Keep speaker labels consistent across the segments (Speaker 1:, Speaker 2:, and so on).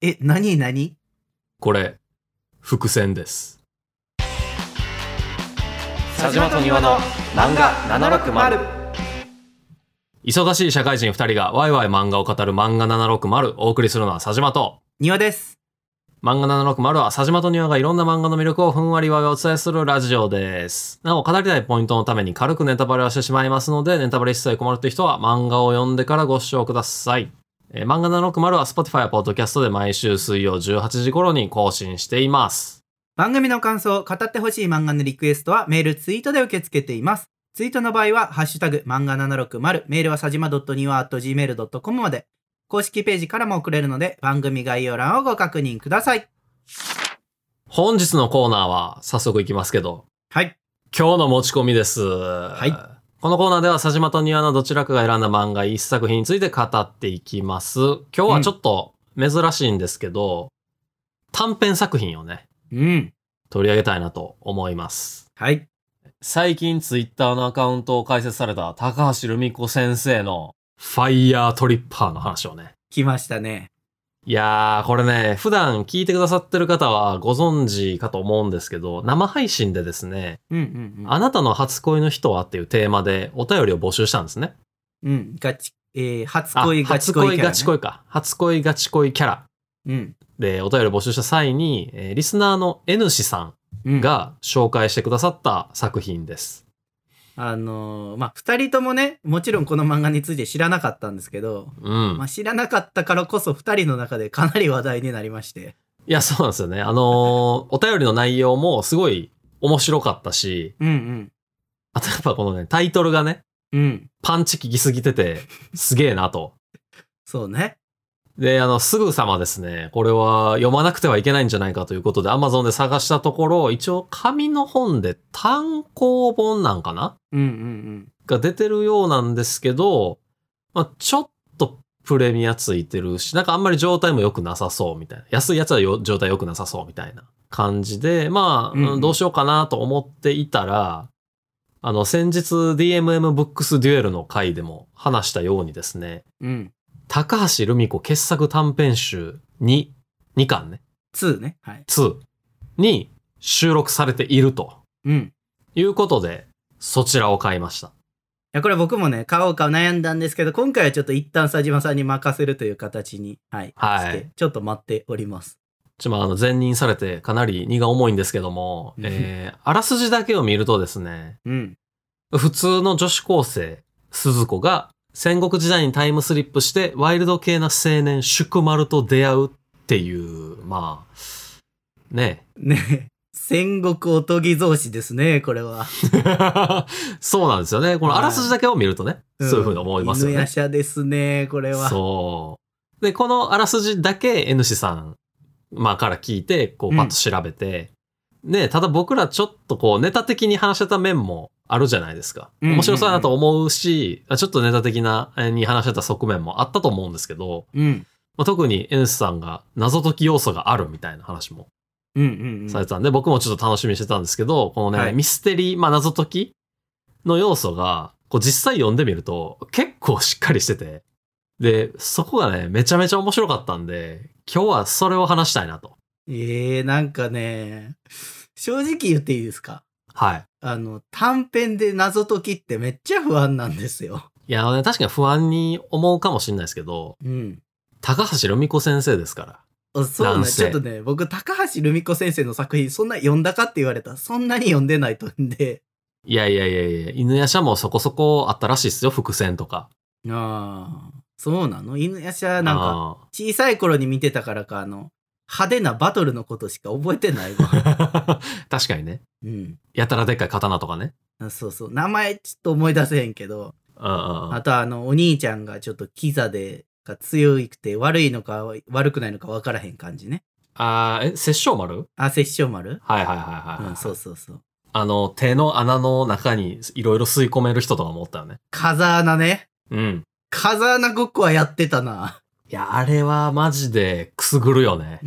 Speaker 1: え、なになに
Speaker 2: これ、伏線です。
Speaker 3: 佐島と庭の漫画760
Speaker 2: 忙しい社会人二人がワイワイ漫画を語る漫画760をお送りするのは佐島と。
Speaker 1: 庭です。
Speaker 2: 漫画760は佐島と庭がいろんな漫画の魅力をふんわりわいわいお伝えするラジオです。なお、語りたいポイントのために軽くネタバレはしてしまいますので、ネタバレ一切困るという人は漫画を読んでからご視聴ください。えー漫画760は Spotify や Podcast で毎週水曜18時頃に更新しています。
Speaker 1: 番組の感想、語ってほしい漫画のリクエストはメール、ツイートで受け付けています。ツイートの場合は、ハッシュタグ、漫画760、メールはさじま .niwa.gmail.com まで。公式ページからも送れるので、番組概要欄をご確認ください。
Speaker 2: 本日のコーナーは早速いきますけど、
Speaker 1: はい。
Speaker 2: 今日の持ち込みです。
Speaker 1: い
Speaker 2: このコーナーでは佐島と庭のどちらかが選んだ漫画一作品について語っていきます。今日はちょっと珍しいんですけど、短編作品をね、
Speaker 1: うん。
Speaker 2: 取り上げたいなと思います。
Speaker 1: はい。
Speaker 2: 最近ツイッターのアカウントを開設された高橋留美子先生のファイヤートリッパーの話をね。
Speaker 1: 来ましたね。
Speaker 2: いやー、これね、普段聞いてくださってる方はご存知かと思うんですけど、生配信でですね、
Speaker 1: うんうんうん。
Speaker 2: あなたの初恋の人はっていうテーマでお便りを募集したんですね。
Speaker 1: うん。ガチ、えー、初
Speaker 2: あ
Speaker 1: 恋ガチ
Speaker 2: 初
Speaker 1: 恋
Speaker 2: 恋
Speaker 1: キャラ、ね。
Speaker 2: ガチ恋か。初恋ガチ恋キャラ。
Speaker 1: うん。
Speaker 2: で、お便りを募集した際に、えーリスナーの N 氏さ
Speaker 1: うん。
Speaker 2: ん、が紹介してくださった作品です。
Speaker 1: あのーまあ、二人ともね、もちろんこの漫画について知らなかったんですけど、
Speaker 2: うん
Speaker 1: まあ、。知らなかったからこそ2人の中でかなり話題になりまして
Speaker 2: いや、そうなんですよね。あ のーお便りの内容もすごい面白かったし、
Speaker 1: うん
Speaker 2: あとやっぱこのね、タイトルがね、
Speaker 1: うんうん
Speaker 2: パンチ効きすぎてて、すげえなと。
Speaker 1: そうね
Speaker 2: で、あの、すぐさまですね、これは読まなくてはいけないんじゃないかということで、Amazon で探したところ、一応紙の本で単行本なんかな
Speaker 1: うんうん
Speaker 2: が出てるようなんですけど、まあ、ちょっとプレミアついてるし、なんかあんまり状態も良くなさそうみたいな。安いやつはよ状態良くなさそうみたいな感じで、まあ、
Speaker 1: うん
Speaker 2: うんどうしようかなと思っていたら、あの、先日 DMM ブックスデュエルの回でも話したようにですね、
Speaker 1: うんうん
Speaker 2: 高橋留美子傑作短編集に、2巻ね、
Speaker 1: 2ねはい
Speaker 2: 2に収録されていると
Speaker 1: うんい
Speaker 2: いうことで、そちらを買いました。
Speaker 1: やこれ僕もね買おうか悩んだんですけど今回はちょっと一旦佐島さんに任せるという形にはい、
Speaker 2: は
Speaker 1: し
Speaker 2: い
Speaker 1: てちょっと待っております
Speaker 2: ちょ、まあ、あの、前任されてかなり荷が重いんですけども、えー、あらすじだけを見るとですね、
Speaker 1: うん
Speaker 2: 普通の女子高生、鈴子が戦国時代にタイムスリップしてワイルド系な青年、宿丸と出会うっていう、まあ、ねえ
Speaker 1: ね戦国おとぎ造詞ですねこれは
Speaker 2: そうなんですよね。この
Speaker 1: はい
Speaker 2: あらすじだけを見るとね、そういうふうに思いますよ
Speaker 1: ん、犬や
Speaker 2: ね。
Speaker 1: しゃですねこれは
Speaker 2: そう。で、このあらすじだけ N 氏さん、まあ、から聞いて、こ
Speaker 1: う
Speaker 2: う、
Speaker 1: ん
Speaker 2: パッと調べて、ね、ただ僕らちょっとこう、ネタ的に話してた面もあるじゃないですか。
Speaker 1: うんうんうん
Speaker 2: 面白そうだなと思うし、あちょっとネタ的な、えーに話してた側面もあったと思うんですけど、
Speaker 1: うん
Speaker 2: まあ、特に N 氏さんが謎解き要素があるみたいな話も
Speaker 1: うんうんうん
Speaker 2: されてたんで、僕もちょっと楽しみにしてたんですけど、このね、
Speaker 1: はい
Speaker 2: ミステリー、まあ謎解きの要素が、こう実際読んでみると結構しっかりしてて、で、そこがね、めちゃめちゃ面白かったんで、今日はそれを話したいなと。
Speaker 1: えー、なんかね正直言っていいですか
Speaker 2: はい。
Speaker 1: あの、短編で謎解きってめっちゃ不安なんですよ。
Speaker 2: いや、あのね、確かに不安に思うかもしれないですけど、
Speaker 1: うん。
Speaker 2: 高橋留美子先生ですから。
Speaker 1: そう
Speaker 2: なん
Speaker 1: ね。
Speaker 2: せ
Speaker 1: ちょっとね、僕、高橋留美子先生の作品、そんな読んだかって言われたら、そんなに読んでないとんで。
Speaker 2: いやいやいやいや、犬や舎もそこそこあったらしいですよ、伏線とか。
Speaker 1: ああ、そうなの犬やしゃ、なんか、
Speaker 2: か。
Speaker 1: 小さい頃に見てたからか、あの、派手なバトルのことしか覚えてないわ。
Speaker 2: 確かにね。
Speaker 1: うん。
Speaker 2: やたらでっかい刀とかね。
Speaker 1: あそうそう。名前ちょっと思い出せへんけど、
Speaker 2: うんうんうん
Speaker 1: あとあの、お兄ちゃんがちょっとキザで、が強くて悪いのか悪くないのか分からへん感じね。
Speaker 2: あーえ、殺生丸
Speaker 1: あ、殺生丸
Speaker 2: はいはいはいはい、
Speaker 1: うん、そうそうそう。
Speaker 2: あの、手の穴の中にいろいろ吸い込める人とかもおったよね。
Speaker 1: 風穴ね。
Speaker 2: うん。
Speaker 1: 風穴ごっこはやってたな。
Speaker 2: いや、あれはマジでくすぐるよ ね。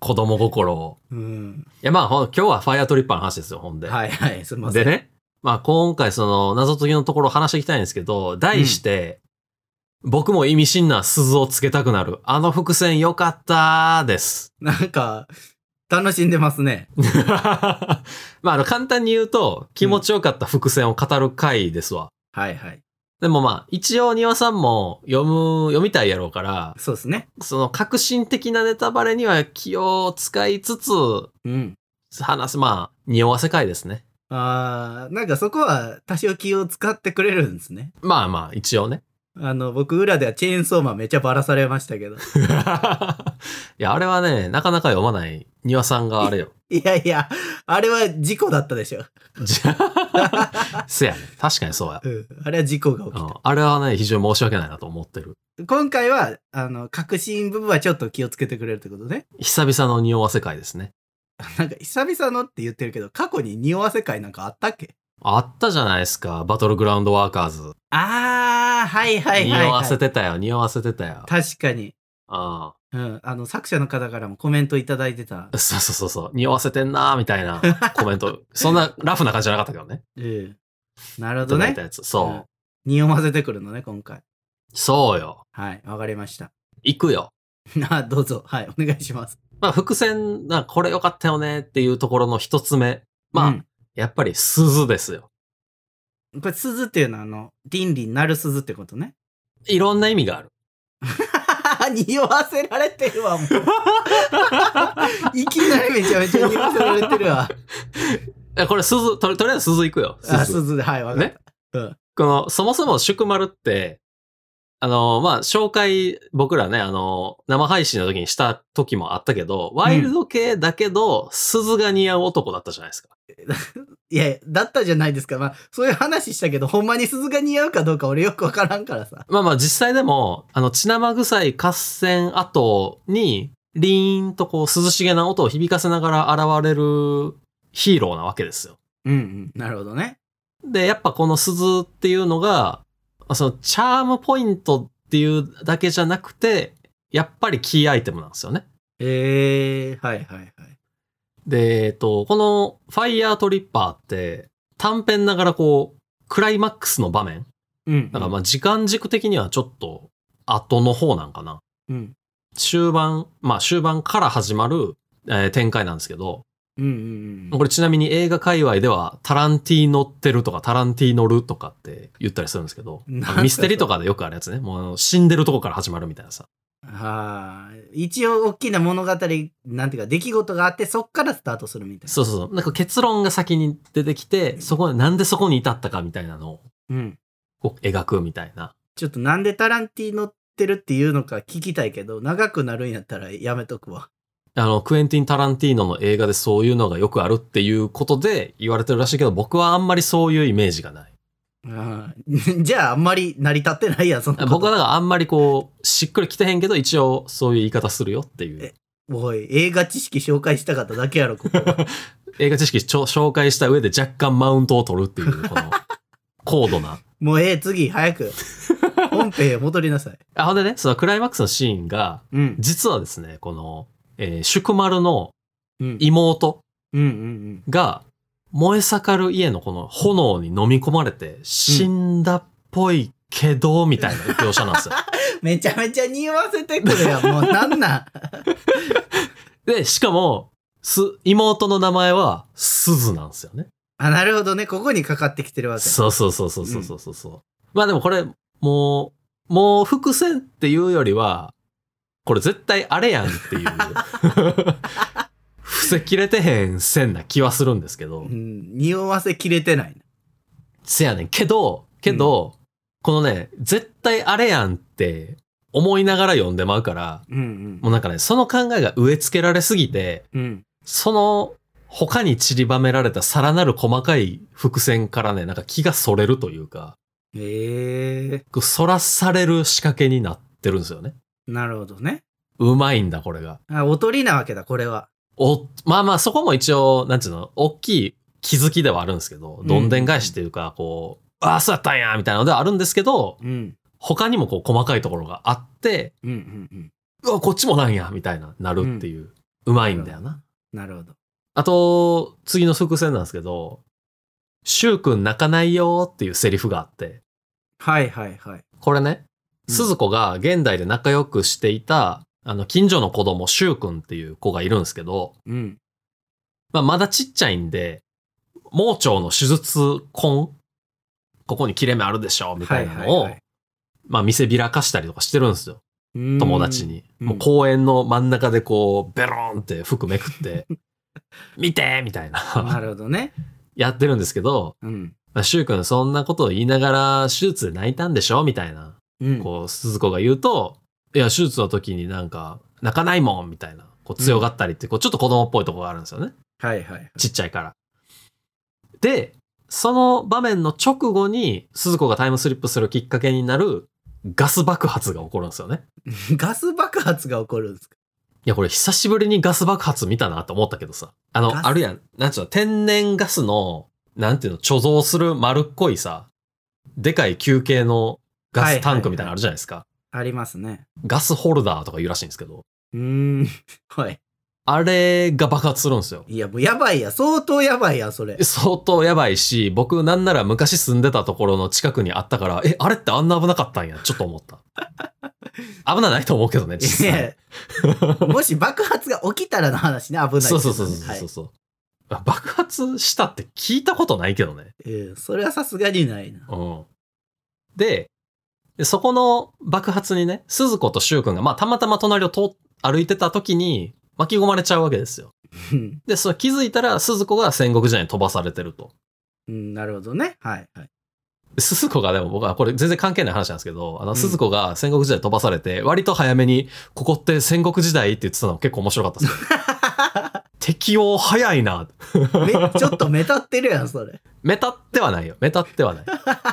Speaker 2: 子供心を。
Speaker 1: うん。
Speaker 2: いや、まあほん、今日はファイアトリッパーの話ですよ、ほんで。
Speaker 1: はいはい、すみません。
Speaker 2: でね。まあ、今回その謎解きのところを話していきたいんですけど、題して、僕も意味深な鈴をつけたくなる。あの伏線良かったー です。
Speaker 1: なんか、楽しんでますね。
Speaker 2: まあ、あの、簡単に言うと、気持ちよかった伏線を語る回ですわ。
Speaker 1: はいはい。
Speaker 2: でもまあ、一応庭さんも読む、読みたいやろうから、
Speaker 1: そうですね。
Speaker 2: その革新的なネタバレには気を使いつつ、
Speaker 1: うん。
Speaker 2: 話す、まあ、匂わせ回ですね。
Speaker 1: あーなんかそこは多少気を使ってくれるんですね。
Speaker 2: まあまあ、一応ね。
Speaker 1: あの、僕裏ではチェーンソーマンめっちゃバラされましたけど。
Speaker 2: いや、あれはね、なかなか読まない庭さんがあれよ。
Speaker 1: いやいや、あれは事故だったでしょ。
Speaker 2: じゃあせやね。確かにそうや。
Speaker 1: うん。あれは事故が起
Speaker 2: う
Speaker 1: き
Speaker 2: んあれはね、非常に申し訳ないなと思ってる。
Speaker 1: た。今回は、あの、革新部分はちょっと気をつけてくれるってことね。
Speaker 2: 久々の匂わせ回ですね。
Speaker 1: なんか久々のって言ってるけど、過去に匂わせ会なんかあったっけ
Speaker 2: あったじゃないですか、バトルグラウンドワーカーズ。
Speaker 1: あー、はいはいはい、はい。
Speaker 2: 匂わせてたよ、匂わせてたよ。
Speaker 1: 確かに。
Speaker 2: あ
Speaker 1: うん。あの、作者の方からもコメントいただいて た。
Speaker 2: あそうそうそうそう、匂わせてんなーみた いなコメント。そんなラフな感じじゃなかったけどね。
Speaker 1: うん。なるほ
Speaker 2: いた
Speaker 1: ど
Speaker 2: だい
Speaker 1: ね
Speaker 2: た。やつ。そう。
Speaker 1: 匂わせてくるのね、今回。
Speaker 2: そうよ。
Speaker 1: はい、わかりました。
Speaker 2: 行くよ。
Speaker 1: なあ、どうぞ。はい、お願いします。
Speaker 2: まあ、伏線、なこれ良かったよねっていうところの一つ目。まあ、
Speaker 1: うん
Speaker 2: やっぱり鈴ですよ。
Speaker 1: これ、鈴っていうのは、あの、倫理なる鈴ってことね。
Speaker 2: いろんな意味がある。
Speaker 1: 匂わせられてる わ、もう。いきなりめちゃめちゃ匂わせられてるわ。
Speaker 2: えこれ鈴、とりとりあえず鈴行くよ。
Speaker 1: あ、
Speaker 2: 鈴
Speaker 1: 鈴で、はい、わかった。
Speaker 2: この、そもそも宿丸って、あの、まあ、紹介、僕らね、あの、生配信の時にした時もあったけど、ワイルド系だけど、鈴が似合う男だったじゃないですか。
Speaker 1: いやいや、だったじゃないですか。まあ、そういう話したけど、ほんまに鈴が似合うかどうか俺よくわからんからさ。
Speaker 2: まあまあ、実際でも、あの、血生臭い合戦後に、リーンとこう、涼しげな音を響かせながら現れるヒーローなわけですよ。
Speaker 1: うんうん。なるほどね。
Speaker 2: で、やっぱこの鈴っていうのが、そのチャームポイントっていうだけじゃなくて、やっぱりキーアイテムなんですよね。
Speaker 1: えー、はいはいはい。
Speaker 2: で、えっと、このファイヤートリッパーって、短編ながらこう、クライマックスの場面。
Speaker 1: うん。
Speaker 2: だからまあ時間軸的にはちょっと後の方なんかな。
Speaker 1: うん。
Speaker 2: 終盤、まあ終盤から始まる、えー展開なんですけど、
Speaker 1: うんうんうん。
Speaker 2: これちなみに映画界隈ではタランティーノってるとかタランティーノるとかって言ったりするんですけど、
Speaker 1: なんだ
Speaker 2: あのミステリーとかでよくあるやつね。もうあの死んでるとこから始まるみたいなさ。
Speaker 1: はあ、一応大きな物語、なんていうか、出来事があって、そっからスタートするみたいな。
Speaker 2: そうそうそう。なんか結論が先に出てきて、そこなんでそこに至ったかみたいなのを
Speaker 1: うん。
Speaker 2: こう描くみたいな。
Speaker 1: ちょっとなんでタランティーノってるっていうのか聞きたいけど、長くなるんやったらやめとくわ。
Speaker 2: あの、クエンティン・タランティーノの映画でそういうのがよくあるっていうことで言われてるらしいけど、僕はあんまりそういうイメージがない。
Speaker 1: あーじゃあ、あん まり成り立ってないやん、そんなこと。
Speaker 2: 僕はだからあんまりこう、しっくりきてへんけど、一応そういう言い方するよっていう
Speaker 1: え。おい、映画知識紹介したかっただけやろ、ここは。
Speaker 2: 映画知識ちょ紹介した上で若干マウントを取るっていう、この、高度な。
Speaker 1: もうええ、次、早 く。本編へ戻りなさい。
Speaker 2: あ、ほんでね、そのクライマックスのシーンが、
Speaker 1: うん。
Speaker 2: 実はですね、この、えー宿丸の
Speaker 1: うん。
Speaker 2: 妹
Speaker 1: うんうん
Speaker 2: が、燃え盛る家のこの炎に飲み込まれて、死んだっぽいけど、みたいな描写なんですよ。
Speaker 1: うん。めちゃめちゃ匂わせてくるやん。もうなんなん。
Speaker 2: で、しかも、す、妹の名前は、鈴なんですよね。
Speaker 1: あ、なるほどね。ここにかかってきてるわけ。
Speaker 2: そうそうそうそうそうそうそうそう。まあでもこれ、もう、もう伏線っていうよりは、これ絶対あれやんっ ていう。伏せきれてへん線な気はするんですけど
Speaker 1: う。ん、匂わせきれてないな。
Speaker 2: せやねん。けど、けど、このね、絶対あれやんって思いながら読んでまうから、
Speaker 1: うん
Speaker 2: もうなんかね、その考えが植え付けられすぎて、
Speaker 1: うん。うん。
Speaker 2: その他に散りばめられたさらなる細かい伏線からね、なんか気がそれるというか、
Speaker 1: ええ
Speaker 2: こうそらされる仕掛けになってるんですよね。
Speaker 1: なるほどね。
Speaker 2: うまいんだ、これが。
Speaker 1: あ、おとりなわけだ、これは。
Speaker 2: お、まあまあ、そこも一応、なんていうの、大きい気づきではあるんですけど
Speaker 1: う、ん
Speaker 2: どんでん返しというか、こう、ああ、そうやったんや、みたいなのではあるんですけど、
Speaker 1: うん。
Speaker 2: 他にもこう、細かいところがあって、
Speaker 1: うんうんうん。
Speaker 2: うわ、こっちもなんや、みたいな、なるっていう、うまいんだよな。
Speaker 1: なるほど。
Speaker 2: あと、次の伏線なんですけど、シュウ君泣かないよーっていうセリフがあって、
Speaker 1: はいはいはい。
Speaker 2: これね、
Speaker 1: うん
Speaker 2: 鈴子が現代で仲良くしていた、あの、近所の子供、シュウ君っていう子がいるんですけど、
Speaker 1: うん。
Speaker 2: まあ、まだちっちゃいんで、盲腸の手術痕ここに切れ目あるでしょみたいなのを、
Speaker 1: はいはいはい
Speaker 2: まあ、見せびらかしたりとかしてるんですよ。友達。に。
Speaker 1: うん
Speaker 2: もう公園の真ん中でこう、ベローンって服め くって、見てみたい
Speaker 1: うんな
Speaker 2: な、
Speaker 1: るほどね。
Speaker 2: やってるんですけど、
Speaker 1: うん。
Speaker 2: まあ、シュウ君そんなことを言いながら、手術で泣いたんでしょみたいな、
Speaker 1: うん。
Speaker 2: こう、鈴子が言うと、いや、手術の時になんか、泣かないもんみたいな、こう、強がったりって、こう、ちょっと子供っぽいとこがあるんですよね。
Speaker 1: はいはい。
Speaker 2: ちっちゃいから。で、その場面の直後に、鈴子がタイムスリップするきっかけになる、ガス爆発が起こるんですよね。
Speaker 1: ガス爆発が起こるんですか
Speaker 2: いや、これ久しぶりにガス爆発見たなと思ったけどさ。あ
Speaker 1: ガス
Speaker 2: の、あるやん。なんちゅうの、天然ガスの、なんていうの、貯蔵する丸っこいさ、でかい球形のガスタンクみたいなのあるじゃないですか。
Speaker 1: ありますね。
Speaker 2: ガスホルダーとか言うらしいんですけど。
Speaker 1: うーん。 はい。
Speaker 2: あれが爆発するんですよ。
Speaker 1: いや、もうやばいや。相当やばいや、それ。
Speaker 2: 相当やばいし、僕なんなら昔住んでたところの近くにあったから、え、あれってあんな危なかったんや、ちょっと 思った。危なないと思うけどね、
Speaker 1: い
Speaker 2: 実際。
Speaker 1: や もし爆発が起きたらの話ね、危ないです
Speaker 2: そ
Speaker 1: よね
Speaker 2: うそうそうそう
Speaker 1: はい
Speaker 2: そうそう。あ爆発したって聞いたことないけどね。
Speaker 1: えーそれはさすがにないな。
Speaker 2: うん。で、でそこの爆発にね、鈴子と柊君が、まあ、たまたま隣を通、歩いてた時に巻き込まれちゃうわけですよ。
Speaker 1: うん
Speaker 2: で、それ気づいたら鈴子が戦国時代に飛ばされてると。
Speaker 1: うん、なるほどね。はい、はい。
Speaker 2: で鈴子がでも僕はこれ全然関係ない話なんですけど、あ
Speaker 1: うん
Speaker 2: の鈴子が戦国時代に飛ばされて、割と早めに、ここって戦国時代って言ってたの結構面白かったですよ。 適応早いな。
Speaker 1: めちょっと目立ってるやん、そ れ。
Speaker 2: メタってはないよ。メタってはない。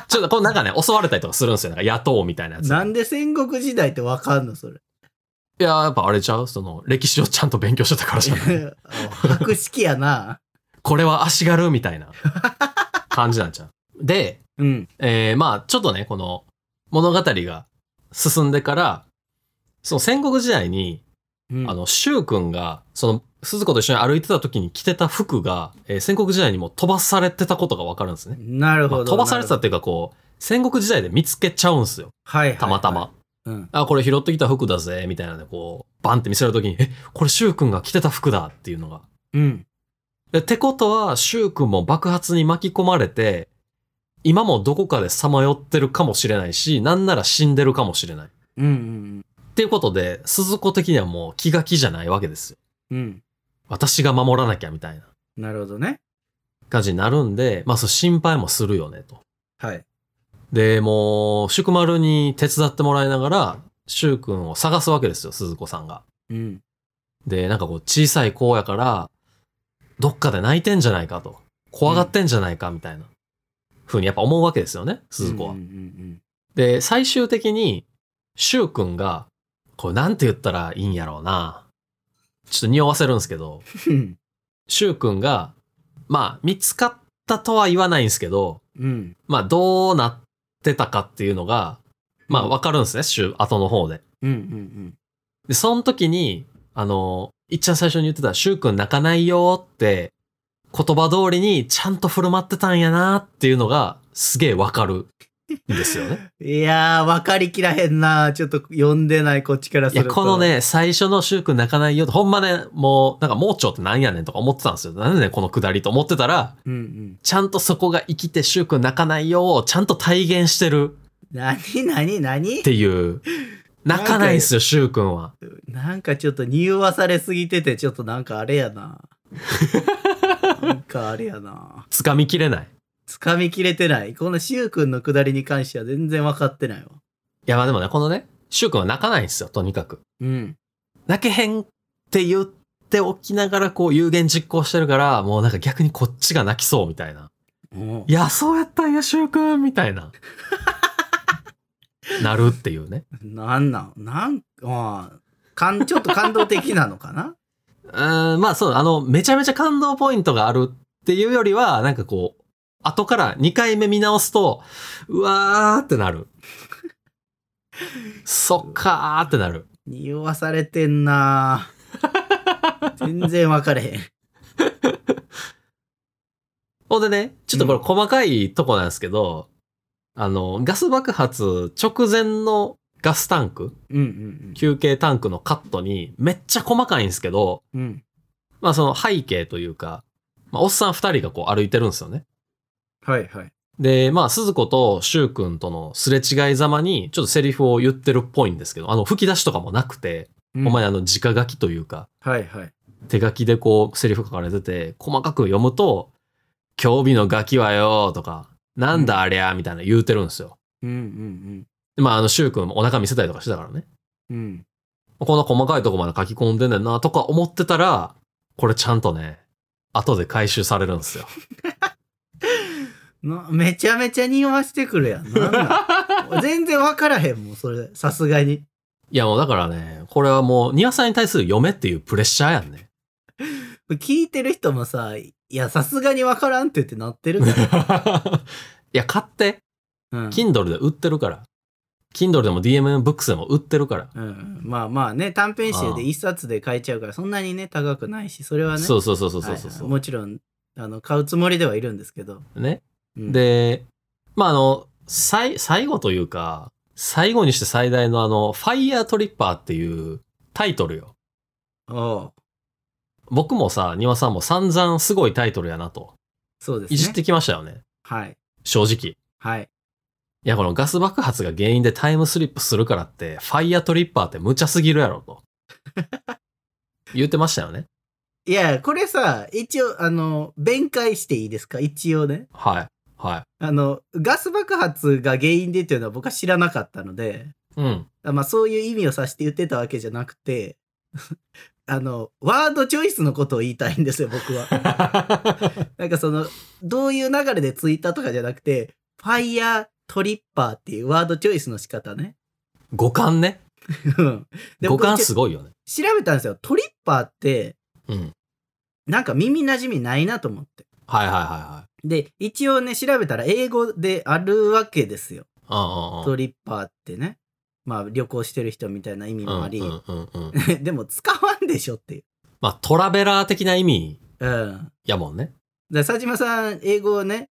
Speaker 2: ちょっとこのなんかね、襲われたりとかするんですよ。なんか野党みたいなやつ。
Speaker 1: なんで戦国時代ってわかんの、それ。
Speaker 2: いやー、やっぱあれちゃうその、歴史をちゃんと勉強してたからじゃない
Speaker 1: 白識やな。
Speaker 2: これは足軽みたいな感じなんちゃうで、
Speaker 1: うん。
Speaker 2: えー、まあちょっとね、この物語が進んでから、その戦国時代に、
Speaker 1: うん
Speaker 2: あの、く君が、その、鈴子と一緒に歩いてた時に着てた服が、えー戦国時代にも飛ばされてたことがわかるんですね。
Speaker 1: なる
Speaker 2: ま
Speaker 1: ほど。
Speaker 2: あ、飛ばされてた
Speaker 1: な
Speaker 2: っ
Speaker 1: る
Speaker 2: ていうかこう、戦国時代で見つけちゃうんすよ。
Speaker 1: ほどはいはいはい
Speaker 2: たまたま。。
Speaker 1: うん。
Speaker 2: あ、これ拾ってきた服だぜ、みたいなね、こう、バンって見せるときに、え、これく君が着てた服だっていうのが
Speaker 1: うん。
Speaker 2: えってことは、シュウ君も爆発に巻き込まれて、今もどこかでさまよってるかもしれないし、なんなら死んでるかもしれない。っ
Speaker 1: うんうん
Speaker 2: ていうことで、鈴子的にはもう気が気じゃないわけですよ。
Speaker 1: うん。うん。
Speaker 2: 私が守らなきゃみたいな
Speaker 1: なるほどね。
Speaker 2: 感じになるんで、まあそう心配もするよねと。
Speaker 1: はい。
Speaker 2: で、もう、宿丸に手伝ってもらいながら、シュウ君を探すわけですよ、鈴子さんが。
Speaker 1: うん。
Speaker 2: で、なんかこう小さい子やから、どっかで泣いてんじゃないかと。怖がってんじゃないかみたいな、ふうにやっぱ思うわけですよね、鈴子は。
Speaker 1: うんうん
Speaker 2: で、最終的に、シュウ君が、これなんて言ったらいいんやろうな。ちょっと匂わせるんですけど、
Speaker 1: うん。
Speaker 2: シュウ君が、まあ、見つかったとは言わないんですけど、
Speaker 1: うん。
Speaker 2: まあ、どうなってたかっていうのが、まあ、わかるんですね、シュウ後の方で。
Speaker 1: うんうん
Speaker 2: で、その時に、あの、いっちゃん最初に言ってた、シュウ君泣かないよって、言葉通りにちゃんと振る舞ってたんやなっていうのが、すげえわかるんですよね。
Speaker 1: うん。いやー、わかりきらへんな。ちょっと読んでない、こっちから
Speaker 2: い
Speaker 1: する
Speaker 2: や、
Speaker 1: と。
Speaker 2: この。ね、最初のシュウ君泣かないよと、ほんまね、もう、なんか、盲腸ってなんやねんとか思ってたんですよ。なんでね、このくだりと思ってたら、
Speaker 1: うんうん。
Speaker 2: ちゃんとそこが生きて、シュウ君泣かないよをちゃんと体現してる
Speaker 1: なになになに
Speaker 2: って いう。泣かないんすよ、シュウ君は。
Speaker 1: なんかちょっと匂わされすぎてて、ちょっとなんかあれやな。なんかあれやな。
Speaker 2: 掴みきれない。
Speaker 1: つかみきれてない。このしゅうくんのくだりに関しては全然分かってないわ。
Speaker 2: いや、まあでもね、このね、シュウ君は泣かないんですよ、とにかく。
Speaker 1: うん。
Speaker 2: 泣けへんって言っておきながら、こう、有言実行してるから、もうなんか逆にこっちが泣きそうみたいな。
Speaker 1: おう
Speaker 2: いや、そうやったんや、シュウ君みたいな。 なるっていうね。
Speaker 1: なんなんなんああかん、ちょっと感動的なのかな
Speaker 2: うーん、まあそう、あの、めちゃめちゃ感動ポイントがあるっていうよりは、なんかこう、後から2回目見直すと、うわーってなる。そっかーってなる。
Speaker 1: 匂わされてんな全然分かれへん。
Speaker 2: ほんでね、ちょっとこれ細かいとこなんですけど、あの、ガス爆発直前のガスタンク、
Speaker 1: うんうん
Speaker 2: 休憩タンクのカットに、めっちゃ細かいんですけど、
Speaker 1: うん。うん。
Speaker 2: まあその背景というか、まあおっさん二人がこう歩いてるんですよね。
Speaker 1: はいはい。
Speaker 2: で、まあ、鈴子と柊君とのすれ違いざまに、ちょっとセリフを言ってるっぽいんですけど、あの、吹き出しとかもなくて、
Speaker 1: お
Speaker 2: ほんまにあの、直書きというか、
Speaker 1: はいはい。
Speaker 2: 手書きでこう、セリフ書かれてて、細かく読むと、興味のガキはよーとか、なんだありゃーみたいな言うてるんですよ。
Speaker 1: うんうん
Speaker 2: でまあ、あの、柊君もお腹見せたりとかしてたからね。
Speaker 1: うん。うん。
Speaker 2: こんな細かいとこまで書き込んでんねんなとか思ってたら、これちゃんとね、後で回収されるんですよ。
Speaker 1: なめちゃめちゃ匂わしてくるやん。なん なん全然分からへんもん、それ。さすがに。
Speaker 2: いや、もうだからね、これはもう、ニアさんに対する嫁っていうプレッシャーやんね。
Speaker 1: 聞いてる人もさ、いや、さすがに分からんって言ってなってるか
Speaker 2: いや、買って。
Speaker 1: ら。うん。
Speaker 2: Kindle で売ってるから。Kindle でも DMM Books でも売ってるから。
Speaker 1: うん、まあまあね、短編集で一冊で買えちゃうから、そんなにね、高くないし、それはね、
Speaker 2: そうそうそうそうそうそう、
Speaker 1: はいはいもちろん、あの、買うつもりではいるんですけど。
Speaker 2: ね。
Speaker 1: うん、
Speaker 2: で、まあ、あの、最、最後というか、最後にして最大のあの、ファイヤートリッパーっていうタイトルよ。
Speaker 1: おう
Speaker 2: 僕もさ、庭さんも散々すごいタイトルやなと。
Speaker 1: そうですね。
Speaker 2: いじってきましたよね。
Speaker 1: はい。
Speaker 2: 正直。
Speaker 1: はい。
Speaker 2: いや、このガス爆発が原因でタイムスリップするからって、ファイヤートリッパーって無茶すぎるやろ と。言ってましたよね。
Speaker 1: いや、これさ、一応、あの、弁解していいですか一応ね。
Speaker 2: はい。はい。
Speaker 1: あの、ガス爆発が原因でっていうのは僕は知らなかったので、
Speaker 2: うん。
Speaker 1: あまあそういう意味を指して言ってたわけじゃなくて、 あの、ワードチョイスのことを言いたいんですよ、僕 は。なんかその、どういう流れでツイッターとかじゃなくて、ファイヤートリッパーっていうワードチョイスの仕方ね。
Speaker 2: 五感ね。
Speaker 1: うんで
Speaker 2: 五感
Speaker 1: 僕
Speaker 2: すごいよね。
Speaker 1: 調べたんですよ。トリッパーって、
Speaker 2: うん。
Speaker 1: なんか耳馴染みないなと思って。
Speaker 2: はいはいは
Speaker 1: で、一応ね、調べたら英語であるわけですよ。
Speaker 2: いはい。うんうんうん。
Speaker 1: トリッパーってね。まあ旅行してる人みたいな意味もあり、
Speaker 2: うんうんうんう ん。
Speaker 1: でも使わんでしょっていう。
Speaker 2: まあ、トラベラー的な意味
Speaker 1: うん。
Speaker 2: やもんね。
Speaker 1: で佐島さん、英語をね、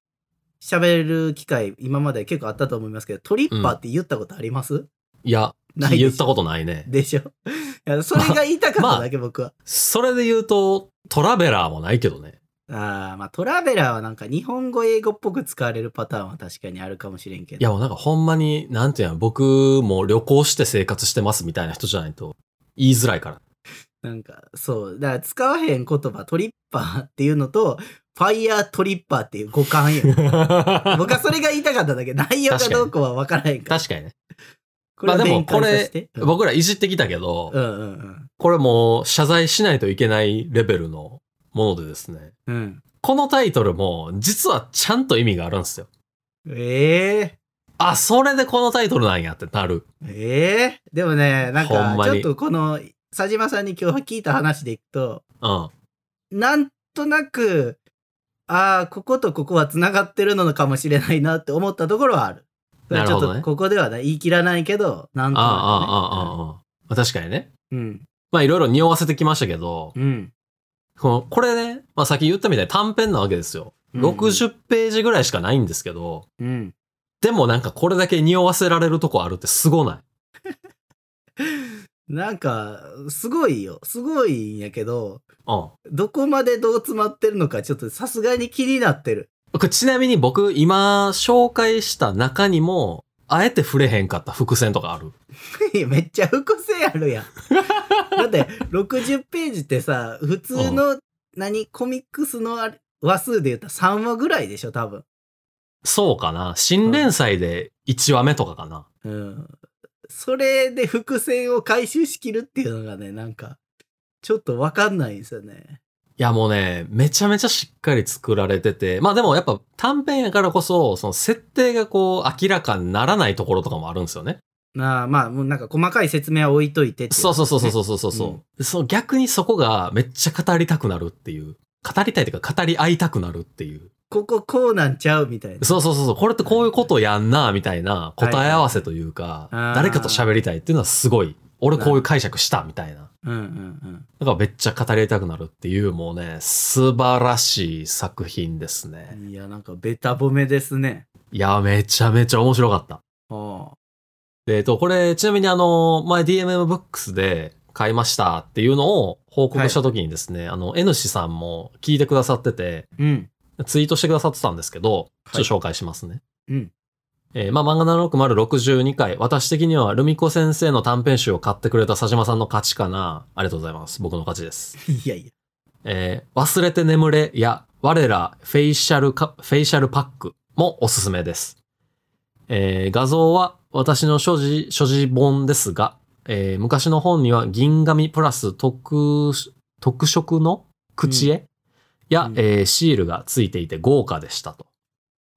Speaker 1: 喋る機会、今まで結構あったと思いますけど、トリッパーって言ったことあります、
Speaker 2: いや、
Speaker 1: ないでしょ
Speaker 2: 言ったことないね。
Speaker 1: でしょ いやそれが言いたかっただけ、僕は。
Speaker 2: それで言うと、トラベラーもないけどね。
Speaker 1: ああ、まあトラベラーはなんか日本語、英語っぽく使われるパターンは確かにあるかもしれんけ
Speaker 2: い
Speaker 1: ど。
Speaker 2: や、もうなんかほんまに、なんていうの、僕も旅行して生活してますみたいな人じゃないと言いづらいから。
Speaker 1: なんか、そう。だから使わへん言葉、トリッパーっていうのと、ファイヤートリッパーっていう語感や。 僕はそれが言いたかっただけ、内容がどうこうは分からへんから。
Speaker 2: 確かにね。
Speaker 1: これは
Speaker 2: まあでも
Speaker 1: 弁解させて、うん
Speaker 2: 僕らいじってきたけど、
Speaker 1: うんうん
Speaker 2: これもう謝罪しないといけないレベルのものでですね。
Speaker 1: うん。うん。
Speaker 2: このタイトルも実はちゃんと意味があるんですよ。
Speaker 1: ええ
Speaker 2: あ、それでこのタイトルなんやってなる。
Speaker 1: ええでもね、なん
Speaker 2: ほ
Speaker 1: か
Speaker 2: ん、ま
Speaker 1: ちょ
Speaker 2: に
Speaker 1: っとこの、佐島さんに今日聞いた話でいくと、
Speaker 2: うん。
Speaker 1: なんとなく、ああ、こことここはつながってるのかもしれないなって思ったところはある。
Speaker 2: なるほ
Speaker 1: ちょ
Speaker 2: ど
Speaker 1: っ
Speaker 2: ね
Speaker 1: とここではね、言い切らないけど、なんと
Speaker 2: ああ、ああ、あ
Speaker 1: な
Speaker 2: あ、ああ。確かにね。
Speaker 1: くね。うん。
Speaker 2: まあいろいろ匂わせてきましたけど、
Speaker 1: うん。
Speaker 2: このこれね、まあさっき言ったみたいに短編なわけですよ。
Speaker 1: うん
Speaker 2: 60ページぐらいしかないんですけど、
Speaker 1: うん。
Speaker 2: でもなんかこれだけ匂わせられるとこあるってすごない。
Speaker 1: なんか、すごいよ。すごいんやけど、
Speaker 2: うん。
Speaker 1: どこまでどう詰まってるのか、ちょっとさすがに気になってる。
Speaker 2: これちなみに僕今紹介した中にも、あえて触れへんかった伏線とかある。
Speaker 1: いやめっちゃ複製ある やん。だって、60ページってさ、普通の、何、コミックスのあれ話数で言ったら3話ぐらいでしょ、多分。
Speaker 2: そうかな。新連載で1話目とかかな。
Speaker 1: うんそれで伏線を回収しきるっていうのがね、なんか、ちょっとわかんないんですよね。
Speaker 2: いやもうね、めちゃめちゃしっかり作られてて、まあでもやっぱ短編やからこそ、その設定がこう明らかにならないところとかもあるんですよね。
Speaker 1: まあまあ、もうなんか細かい説明は置いといてってい
Speaker 2: そうそうそうそう
Speaker 1: う。
Speaker 2: そうそうそう。
Speaker 1: ね
Speaker 2: その逆にそこがめっちゃ語りたくなるっていう。語りたいというか語り合いたくなるっていう。
Speaker 1: こここうなんちゃうみたいな。
Speaker 2: そうそうそうそう。これってこういうことやんな、みたいな答え合わせというか、
Speaker 1: はいはいあー
Speaker 2: 誰かと喋りたいっていうのはすごい。俺こういう解釈した、みたいな。
Speaker 1: うんうん
Speaker 2: だからめっちゃ語りたくなるっていう、もうね、素晴らしい作品です
Speaker 1: う
Speaker 2: ね。
Speaker 1: ん。いや、なんかベタ褒めですね。
Speaker 2: いや、めちゃめちゃ面白かった。
Speaker 1: ああ。
Speaker 2: で、えっと、これ、ちなみにあの、前 DMM ブックスで買いましたっていうのを報告した時にですね、あの、N 氏さんも聞いてくださってて、
Speaker 1: うん。
Speaker 2: ツイートしてくださってたんですけど、
Speaker 1: はい
Speaker 2: ちょっと紹介しますね。
Speaker 1: うん。
Speaker 2: えーまあ、漫画76062回、私的にはルミ子先生の短編集を買ってくれた佐島さんの勝ちかな。ありがとうございます。僕の勝ちです。
Speaker 1: いやいや。
Speaker 2: えー忘れて眠れや、我らフェイシャルか、フェイシャルパックもおすすめです。えー画像は私の所持、所持本ですが、えー昔の本には銀紙プラス特、特色の口絵、や、
Speaker 1: うん
Speaker 2: えーシールがついていて豪華でしたと。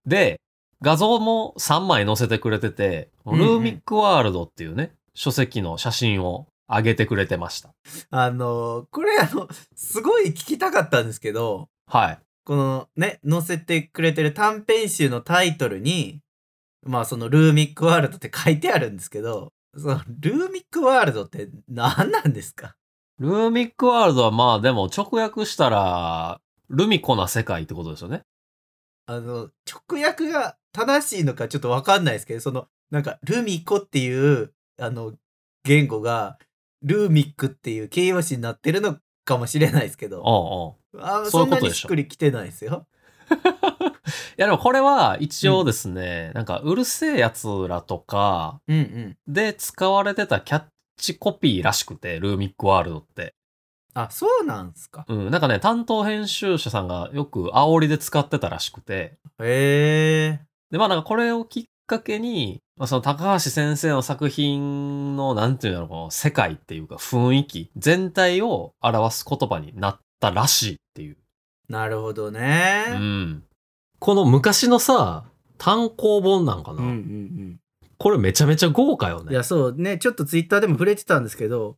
Speaker 2: で、画像も3枚載せてくれてて、
Speaker 1: うん
Speaker 2: ルーミックワールドっていうね、書籍の写真を上げてくれてました。
Speaker 1: あのーこれあの、すごい聞きたかったんですけど、
Speaker 2: はい。
Speaker 1: このね、載せてくれてる短編集のタイトルに、まあそのルーミックワールドって書いてあるんですけど、そのルーミックワールドって何なんですか
Speaker 2: ルーミックワールドはまあでも直訳したら、ルミコな世界ってことですよね。
Speaker 1: あの、直訳が正しいのかちょっとわかんないですけど、その、なんか、ルミコっていう、あの、言語が、ルーミックっていう形容詞になってるのかもしれないですけど、
Speaker 2: おうおう
Speaker 1: あのそ
Speaker 2: そういうんこ
Speaker 1: な
Speaker 2: と
Speaker 1: に
Speaker 2: でし
Speaker 1: し
Speaker 2: ょ
Speaker 1: っくりきてないですよ。
Speaker 2: いやでもこれは一応ですね、なんかうるせえやつらとか
Speaker 1: うんうん。
Speaker 2: で使われてたキャッチコピーらしくて、ルーミックワールドって。
Speaker 1: あ、そうなんすか。
Speaker 2: うん、なんかね、担当編集者さんがよく煽りで使ってたらしくて、
Speaker 1: へえ。
Speaker 2: で、まあなんかこれをきっかけに、まあその高橋先生の作品の、なんていうの、この世界っていうか雰囲気全体を表す言葉になったらしいっていう。
Speaker 1: なるほど
Speaker 2: う
Speaker 1: ね。
Speaker 2: ん。この昔のさ、単行本なんか
Speaker 1: う
Speaker 2: な、
Speaker 1: んうんうん
Speaker 2: これめちゃめちゃ豪華よ
Speaker 1: いや、
Speaker 2: ね。
Speaker 1: そうね、ちょっとツイッターでも触れてたんですけど、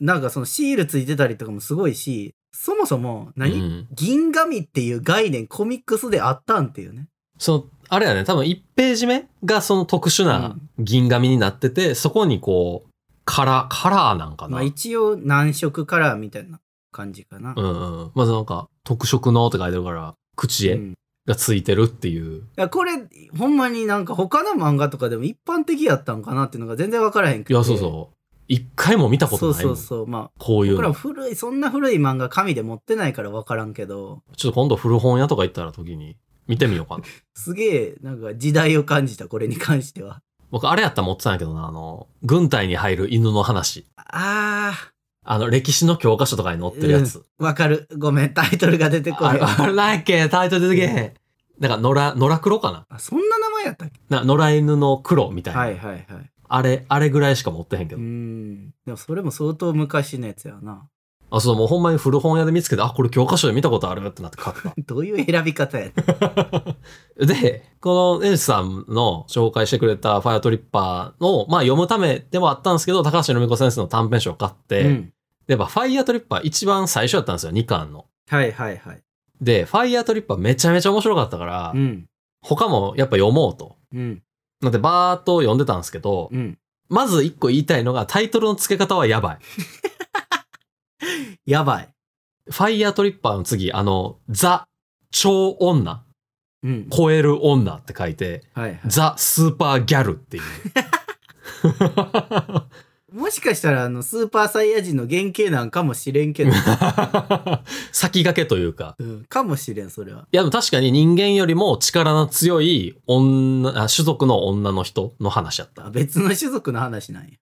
Speaker 1: なんかそのシールついてたりとかもすごいし、そもそも何、
Speaker 2: うん
Speaker 1: 銀紙っていう概念コミックスであったんっていうね。
Speaker 2: その、あれやね、多分1ページ目がその特殊な銀紙になってて、そこにこう、カラー、カラーなんかな、
Speaker 1: まあ一応何色カラーみたいな感じかな。
Speaker 2: うんうん。まずなんか、特色のって書いてるから、口
Speaker 1: う
Speaker 2: 絵
Speaker 1: ん
Speaker 2: がついてるっていう。
Speaker 1: いやこれほんまになんか他の漫画とかでも一般的やったんかなっていうのが全然分からへんくて
Speaker 2: いや、そうそう。一回も見たことないもん。
Speaker 1: そうそうそうまあ
Speaker 2: こういう
Speaker 1: 僕ら
Speaker 2: の。
Speaker 1: 古いそんな古い漫画紙で持ってないから分からんけど
Speaker 2: ちょっと今度古本屋とか行ったら時に見てみようかな。
Speaker 1: すげえなんか時代を感じたこれに関しては
Speaker 2: 僕、あれやったら持ってたんやけどな、あの、軍隊に入る犬の話。
Speaker 1: あ
Speaker 2: あの、歴史の教科書とかに載ってるやつ。
Speaker 1: ー分かるごめんタイトルが出てこな
Speaker 2: あ
Speaker 1: い
Speaker 2: れ、あれなんやっけタイトル出てけへん。なんか、野良、野良黒か
Speaker 1: あそんな名前やったっけ
Speaker 2: なな野良犬の黒みたいな、
Speaker 1: はいはいはい
Speaker 2: あれ、あれぐらいしか持ってへんけ
Speaker 1: う
Speaker 2: ど。
Speaker 1: んでもそれも相当昔のやつやな
Speaker 2: あ、そう、もうほんまに古本屋で見つけて、あ、これ教科書で見たことあるってなって 買った。
Speaker 1: どういう選び方やねん
Speaker 2: で、このエンさんの紹介してくれたファイアトリッパーの、まあ読むためでもあったんですけど、高橋留美子先生の短編集を買って、
Speaker 1: うん
Speaker 2: で、やっぱファイアトリッパー一番最初だったんですよ、2巻の。
Speaker 1: はいはいはい
Speaker 2: で、ファイアトリッパーめちゃめちゃ面白かったから、
Speaker 1: うん
Speaker 2: 他もやっぱ読もうと。
Speaker 1: うん
Speaker 2: なんで、バーっと読んでたんですけど、
Speaker 1: うん。
Speaker 2: まず一個言いたいのが、タイトルの付け方はやばい。
Speaker 1: やばい。
Speaker 2: ファイアトリッパーの次、あの、ザ、超女、
Speaker 1: うん。
Speaker 2: 超える女って書いて、
Speaker 1: はい、は
Speaker 2: ザ・スーパーギャルっていう。
Speaker 1: い。もしかしたら、あの、スーパーサイヤ人の原型なんかもしれんけど。
Speaker 2: 先駆けというか。
Speaker 1: うん。かもしれん、それは。
Speaker 2: いや、でも確かに人間よりも力の強い女、あ種族の女の人の話やった
Speaker 1: あ。別の種族の話なんや。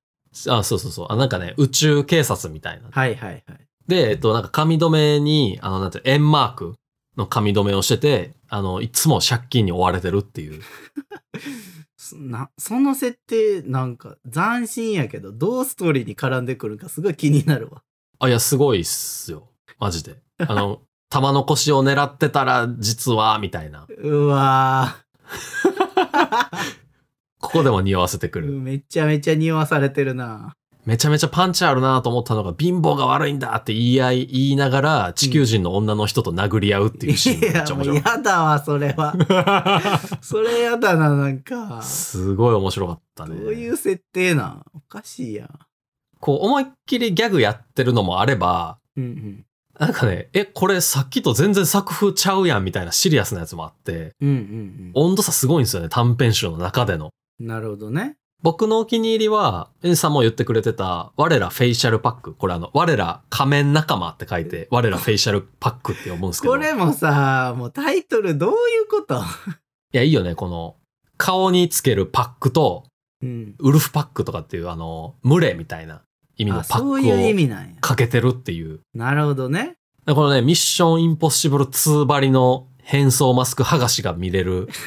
Speaker 2: あ、そうそうそう。あ、なんかね、宇宙警察みたいな。
Speaker 1: はいはいはい。
Speaker 2: で、えっと、なんか髪留めに、あの、なんて、円マークの髪留めをしてて、あの、いつも借金に追われてるっていう。
Speaker 1: そなその設定なんか斬新やけどどうストーリーに絡んでくるかすごい気になるわ
Speaker 2: あ、いや、すごいっすよ。マジで。あの、玉の腰を狙ってたら、実は、みたいな。
Speaker 1: うわ
Speaker 2: ここでも匂わせてく
Speaker 1: ー
Speaker 2: る。
Speaker 1: めちゃめちゃ匂わされてるな
Speaker 2: めちゃめちゃパンチあるなと思ったのが、貧乏が悪いんだって言い合い、言いながら、地球人の女の人と殴り合うっていうシーンが
Speaker 1: い
Speaker 2: めっ
Speaker 1: や
Speaker 2: ちゃ
Speaker 1: も
Speaker 2: 面
Speaker 1: う
Speaker 2: 白
Speaker 1: やだわそれ は
Speaker 2: かっ
Speaker 1: それやだななん
Speaker 2: た。
Speaker 1: か
Speaker 2: すごい面白かった
Speaker 1: ど
Speaker 2: ね。
Speaker 1: ういう設定なんおかしいやん
Speaker 2: こう、思いっきりギャグやってるのもあれば、
Speaker 1: うんうん
Speaker 2: なんかね、え、これさっきと全然作風ちゃうやんみたいなシリアスなやつもあって、
Speaker 1: うんうんうん
Speaker 2: 温度差すごいんですよね、短編集の中での。
Speaker 1: なるほどね。
Speaker 2: 僕のお気に入りは、エンさんも言ってくれてた、我らフェイシャルパック。これあの、我ら仮面仲間って書いて、我らフェイシャルパックって思うんですけど。
Speaker 1: これもさ、もうタイトルどういうこと
Speaker 2: いや、いいよね、この、顔につけるパックと、
Speaker 1: うん。
Speaker 2: ウルフパックとかっていう、あの、群れみたいな意味の
Speaker 1: あ、
Speaker 2: パ
Speaker 1: そういう意
Speaker 2: ックを
Speaker 1: 味なんや。
Speaker 2: かけてるっていう。
Speaker 1: なるほどね。
Speaker 2: このね、ミッションインポッシブル2張りの変装マスク剥がしが見れる。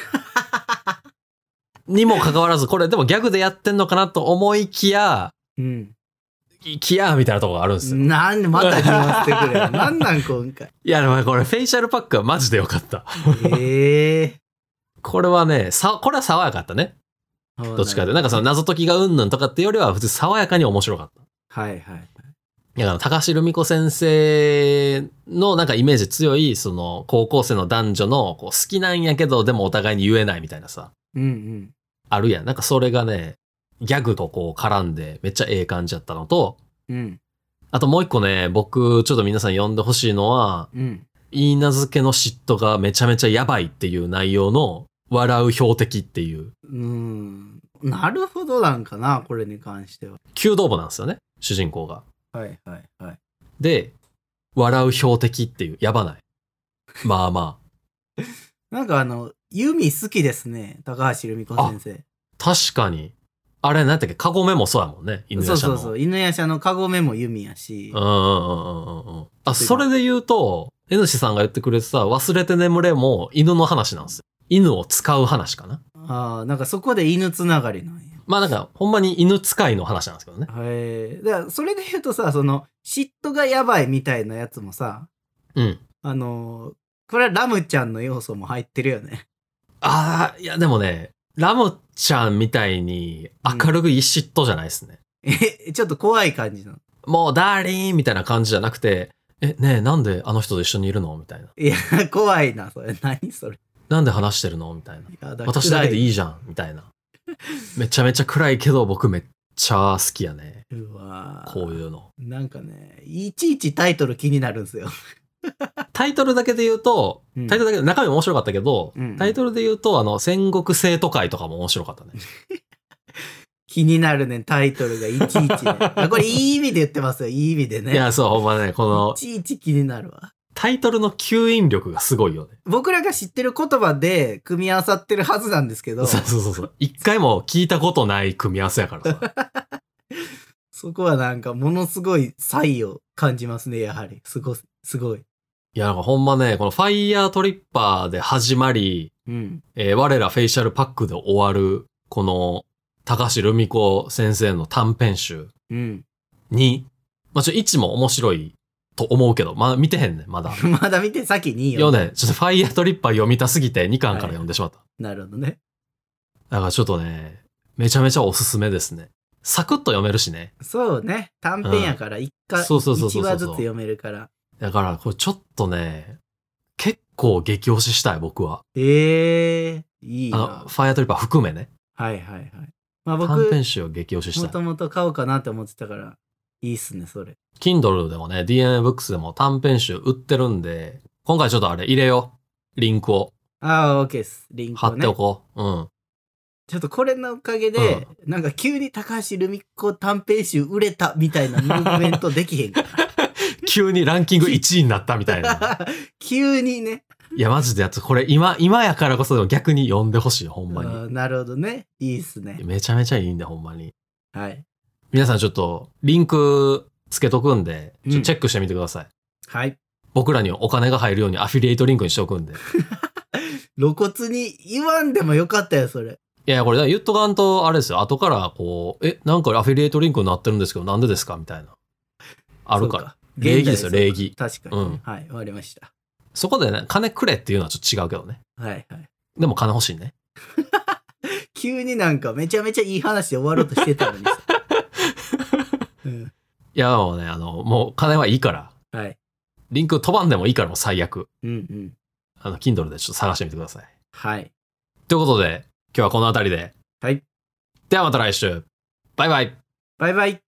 Speaker 2: にもかかわらず、これでもギャグでやってんのかなと思いきや、
Speaker 1: うん。
Speaker 2: いきや、みたいなとこがあるんですよ。
Speaker 1: なんまた言わせてくれよ。なんなん今回。
Speaker 2: いや、でもこれフェイシャルパックはマジでよかった。
Speaker 1: ええ
Speaker 2: これはね、さ、これは爽やかだったね。
Speaker 1: ー。
Speaker 2: どっちか
Speaker 1: ね。
Speaker 2: で。なんかその謎解きがうんぬんとかっていうよりは、普通に爽やかに面白かった。
Speaker 1: はいはい。
Speaker 2: いや、あの高橋留美子先生のなんかイメージ強い、その高校生の男女のこう好きなんやけど、でもお互いに言えないみたいなさ、
Speaker 1: うん
Speaker 2: あるやん。なんかそれがね、ギャグとこう絡んでめっちゃええ感じだったのと、
Speaker 1: うん。うん
Speaker 2: あともう一個ね、僕ちょっと皆さん呼んでほしいのは、
Speaker 1: うん。
Speaker 2: 言い名付けの嫉妬がめちゃめちゃやばいっていう内容の、笑う標的っていう、
Speaker 1: うん。なるほどなんかな、これに関しては。
Speaker 2: 弓道部なんですよね、主人公が。
Speaker 1: はいはいはい。
Speaker 2: で、笑う標的っていう、やばない。まあまあ。
Speaker 1: なんかあの、弓好きですね。高橋留美子先生。
Speaker 2: 確かに。あれ、なんやったっけ、カゴメもそうやもんね、犬
Speaker 1: そ
Speaker 2: 屋
Speaker 1: う
Speaker 2: 舎
Speaker 1: そう
Speaker 2: の。
Speaker 1: そう。犬屋社のカゴメも弓やし
Speaker 2: うん。うんうんうんうんうん。あ、それで言うと、N 氏さんが言ってくれてた、忘れて眠れも犬の話なんですよ。犬を使う話かな。
Speaker 1: ああ、なんかそこで犬つながりなんや。
Speaker 2: まあなんか、ほんまに犬使いの話なんですけどね。
Speaker 1: はい。だからそれで言うとさ、その、嫉妬がやばいみたいなやつもさ、
Speaker 2: うん。
Speaker 1: あのーこれはラムちゃんの要素も入ってるよね。
Speaker 2: ああ、いやでもね、ラムちゃんみたいに明るい嫉妬じゃないですね。
Speaker 1: え、ちょっと怖い感じなの。
Speaker 2: もう、ダーリンみたいな感じじゃなくて、え、ねえ、なんであの人と一緒にいるのみたいな。
Speaker 1: いや、 怖いな、それ。何それ。
Speaker 2: なんで話してるのみたいな。
Speaker 1: やだ
Speaker 2: 私だけで
Speaker 1: い。
Speaker 2: いいじゃん、みたいな。めちゃめちゃ暗いけど、僕めっちゃ好きやね。
Speaker 1: 暗いうわ
Speaker 2: こういうの。
Speaker 1: なんかね、いちいちタイトル気になるんですよ。
Speaker 2: タイトルだけで言うと、
Speaker 1: うん
Speaker 2: タイトルだけで中身面白かったけど、
Speaker 1: うん
Speaker 2: タイトルで言うと、あの、戦国生徒会とかも面白かったね。
Speaker 1: 気になるね、タイトルがいちい ち、ね。あこれ、いい意味で言ってますよ。いい意味でね。
Speaker 2: いや、そう、ほんまね、この
Speaker 1: い、ちいち気になるわ。
Speaker 2: タイトルの吸引力がすごいよね。
Speaker 1: 僕らが知ってる言葉で組み合わさってるはずなんですけ
Speaker 2: そ
Speaker 1: ど
Speaker 2: う、そうそうそう。一回も聞いたことない組み合わせやからさ。
Speaker 1: そこはなんかものすごい差異を感じますね、やはり。すご、すごい。
Speaker 2: いや、なんかほんまね、このファイヤートリッパーで始まり、
Speaker 1: うん。
Speaker 2: えー我らフェイシャルパックで終わる、この、高橋留美子先生の短編集
Speaker 1: うん。
Speaker 2: に、まあ、ちょ、1も面白いと思うけど、まあ、見てへんねん、まだ。
Speaker 1: まだ見て、先に
Speaker 2: 読
Speaker 1: よ。
Speaker 2: んでん、ちょっとファイヤートリッパー読みたすぎて2巻から読んでしまった。
Speaker 1: なるほどね。
Speaker 2: だからちょっとね、めちゃめちゃおすすめですね。サクッと読めるしね。
Speaker 1: そうね。短編やから、一回、
Speaker 2: そうそうそうそうそう
Speaker 1: 一話ずつ読めるから。
Speaker 2: だから、これちょっとね、結構激推ししたい、僕は。
Speaker 1: ええいい
Speaker 2: あの、
Speaker 1: な。
Speaker 2: ファイヤートリッパー含めね。
Speaker 1: はいはいはい。まあ
Speaker 2: 短
Speaker 1: 僕、
Speaker 2: 編集を激推しし
Speaker 1: も
Speaker 2: た
Speaker 1: と
Speaker 2: い。
Speaker 1: もと買おうかなって思ってたから、いいっすね、それ。
Speaker 2: Kindle でもね、DNA Books でも短編集売ってるんで、今回ちょっとあれ入れよう。リンクを
Speaker 1: ああ、OK っす。リンク
Speaker 2: 貼
Speaker 1: を
Speaker 2: っ
Speaker 1: ね
Speaker 2: てお。こう。うん。
Speaker 1: ちょっとこれのおかげで、なんか急に高橋留美子短編集売れたみた いなムーブメントできへんか
Speaker 2: 急にランキング1位になったみたいな。
Speaker 1: ら。急にね。
Speaker 2: いや、マジでやつ、これ今、今やからこそでも逆に読んでほしい、ほんま
Speaker 1: あ
Speaker 2: に。
Speaker 1: ーなるほどね。いいっすね。
Speaker 2: めちゃめちゃいいんで、ほんまに。
Speaker 1: はい。
Speaker 2: 皆さんちょっと、リンクつけとくんで、
Speaker 1: うん
Speaker 2: ちょっとチェックしてみてください。
Speaker 1: はい。
Speaker 2: 僕らにお金が入るようにアフィリエイトリンクにしておくんで。い
Speaker 1: 露骨に言わんでもよかったよ、それ。
Speaker 2: やいや、これ、言っとかんと、あれですよ、後からこう、え、なんかアフィリエイトリンクになってるんですけど、なんでですかみたいな。あるから。
Speaker 1: そう現代
Speaker 2: 礼儀ですよ礼儀
Speaker 1: 確かに、
Speaker 2: うん
Speaker 1: はい、わかりました。
Speaker 2: そこでね、金くれっていうのはちょっと違うけどね。
Speaker 1: はいはい。
Speaker 2: でも金欲しいね。
Speaker 1: 急になんかめちゃめちゃいい話で終わろうとしてたのにさ。うん、
Speaker 2: いや、もうね、あの、もう金はいいから。
Speaker 1: はい。
Speaker 2: リンク飛ばんでもいいからもう最悪。
Speaker 1: うんうん。
Speaker 2: あの、Kindle でちょっと探してみてください。
Speaker 1: はい。
Speaker 2: ということで、今日はこの辺りで。
Speaker 1: はい。
Speaker 2: ではまた来週。バイバイ。
Speaker 1: バイバイ。